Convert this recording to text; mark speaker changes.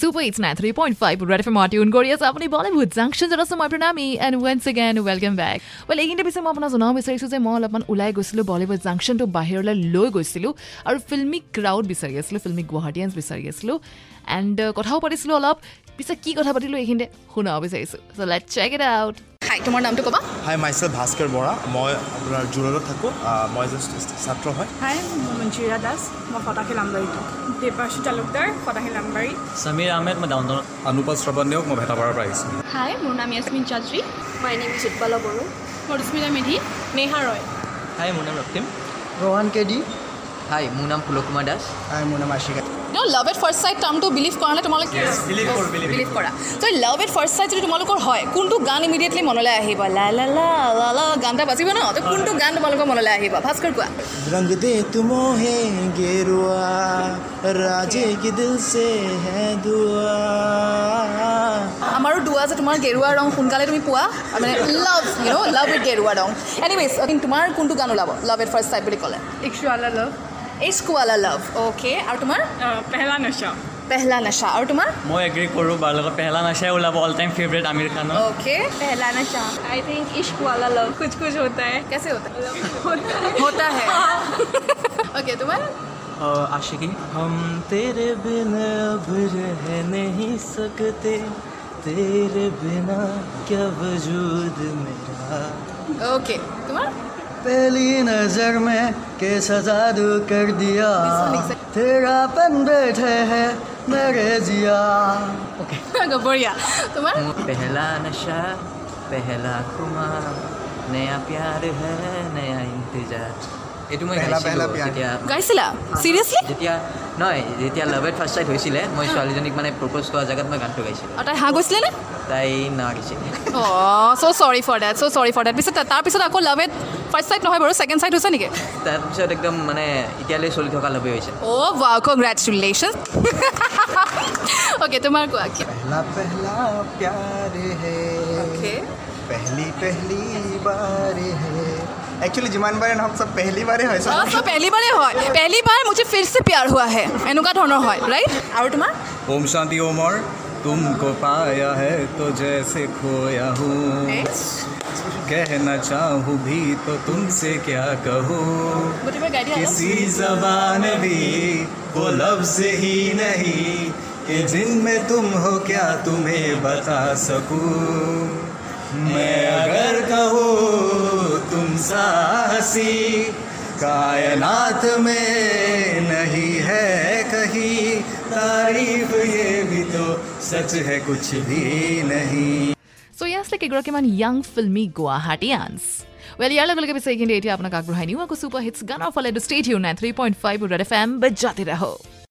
Speaker 1: Super hits nine three point five red F मार्टी उनगोरियस আপুনি বলিউড জাংচন জৰা সময় প্ৰণামী and once again welcome back well এইখিনিতে পিছে মই আপোনাক জনাব বিচাৰিছোঁ যে মই অলপমান ওলাই গৈছিলোঁ বলিউড জাংচনটো বাহিৰলৈ লৈ গৈছিলোঁ আৰু ফিল্মি ক্ৰাউড বিচাৰি আছিলোঁ ফিল্মি গুৱাহাটীয়ানছ বিচাৰি আছিলোঁ এণ্ড কথাও পাতিছিলোঁ অলপ পিছে কি কথা পাতিলোঁ এইখিনিতে শুনাব বিচাৰিছোঁ so' let check it out
Speaker 2: hi তোমাৰ নামটো ক'বা
Speaker 3: হাই মাইচেল ভাস্কৰ বৰা মই আপোনাৰ জোৰলত থাকোঁ আহ, মই এজন ছাত্ৰ হয়
Speaker 4: হাই মই মঞ্জিৰা দাস মই ফটাশিল আমবাৰী দেৱাশী তালুকদাৰ ফটাশিল আমবাৰী
Speaker 5: সমীৰ আহমেদ মই ডাউন টাউন
Speaker 6: অনুপা শ্ৰৱণেওক মই ভেটাপাৰাৰ পৰা আহিছোঁ
Speaker 2: হাই মোৰ নাম Yasmin Chaudhary my name is Utpala Boro Madhusmita Medhi Neha Roy
Speaker 5: hi মোৰ নাম ৰক্তিম
Speaker 7: হাই মোৰ নাম Pulak Kumar Das
Speaker 2: no' love at first sight টাৰ্মটো বিলিভ কৰা নে তোমালোকে বিলিভ কৰা so' love at first sight যদি তোমালোকৰ হয় কোনটো গান ইমিডিয়েটলি মনলৈ আহিব লা লা লা লা লা গান এটা বাজিব ন তো কোনটো গান তোমালোকৰ মনলৈ আহিব ভাস্কৰ কোৱা
Speaker 3: ৰং দে তুমহে গেৰুৱা ৰাজে কি দিল চে হে দুৱা
Speaker 2: আমাৰো দুৱা যে তোমাৰ গেৰুৱা ৰং সোনকালে তুমি পোৱা মানে love you no' love with Gerua ৰং এনিৱেজ তোমাৰ কোনটো গান ওলাব লাভ এট ফাৰ্ষ্ট চাইড বুলি ক'লে
Speaker 4: ইক্সুৱালা লভ
Speaker 2: ইস্কুৱালা লাভ অ'কে আৰু তোমাৰ
Speaker 4: পেহলা নচা
Speaker 2: পেহলা নাচা আৰু তোমাৰ
Speaker 5: মই এগ্ৰী কৰোঁ বাৰ লগত পেহলা নাচাই ওলাব অল টাইম ফেভৰেট আমিৰ খানৰ
Speaker 2: ओके
Speaker 4: পেহলা নচা আই থিংক ইশ্ক ৱালা লভ কুচ কুচ হোতা হে
Speaker 2: कैसे होता है होता है ओके तुम्हारा
Speaker 5: আশিকি হম তেৰে বিনা অব ৰহ নহি সকতে তেৰে বিনা কিয়া বজুদ মেৰা
Speaker 2: ओके तुम्हारा
Speaker 5: পেহলি নজৰ মে কেসা জাদু কৰ দিয়া তেৰা পন বেঠে হে মেৰে জিয়া
Speaker 2: बढ़िया तुम्हारा
Speaker 7: মোৰ পেহলা নশা পেহলা কুমাৰ নয়া প্যাৰ হে নয়া ইন্তজাৰ এইটো মই
Speaker 3: পেহলা পেহলা
Speaker 7: গাইছিলোঁ
Speaker 3: প্যাৰ।
Speaker 7: যেতিয়া
Speaker 2: গাইছিলা চিৰিয়াছলি
Speaker 7: যেতিয়া নহয় যেতিয়া লাভ এট ফাৰ্ষ্ট চাইড হৈছিলে মই ছোৱালীজনীক মানে প্ৰপ'জ কৰা জেগাত মই গানটো গাইছিলোঁ
Speaker 2: আৰু তাই হাঁহ গৈছিলে নে
Speaker 7: তাই নাগাইছিলে
Speaker 2: অ' so' sorry for that so' sorry for that পিছত তাৰপিছত আকৌ লাভ এট ফাৰ্ষ্ট চাইড নহয় বাৰু ছেকেণ্ড চাইড হৈছে নেকি
Speaker 7: তাৰপিছত একদম মানে এতিয়ালৈ চলি থকা লবে হৈছে
Speaker 2: অ' ৱাও কংগ্ৰেচুলেশ্যন অ'কে তোমাৰ কোৱা কি
Speaker 3: পেহলা পেহলা প্যাৰ হে
Speaker 2: অ'কে
Speaker 3: পেহলি পেহলি বাৰে হে একচুৱেলি যিমান বাৰে নহওক চব পেহলি বাৰে হয়
Speaker 2: অ' চ' পেহলি বাৰে হয় পেহলি বাৰ মুঠে ফিৰ চে প্যাৰ হোৱা হে এনেকুৱা ধৰণৰ হয় ৰাইট আৰু তোমাৰ
Speaker 6: ওম শান্তি ওমৰ তুমকো পায়া হে তো জেছে খোয়া হু कहना चाहूँ भी तो तुमसे क्या कहूँ
Speaker 2: গতিকে গাই দিয়া অলপ।
Speaker 6: किसी जबान भी वो लफ्ज ही नहीं कि जिनमें तुम हो क्या तुम्हें बता सकूँ मैं अगर कहूँ तुम सा हंसी कायनात में नहीं है कहीं तारीफ ये भी तो सच है कुछ भी नहीं
Speaker 1: চ' ইয়াৰ আছিলে কেইগৰাকীমান য়াং ফিল্মি গুৱাহাটীয়ানছ ৱেল ইয়াৰ লগে লগে পিছে এইখিনি এতিয়া আপোনাক আগবঢ়াই নিওঁ আকৌ চুপাৰ হিটছ গানৰ ফালে studio' nine three point five red F M বজাতে ৰাহক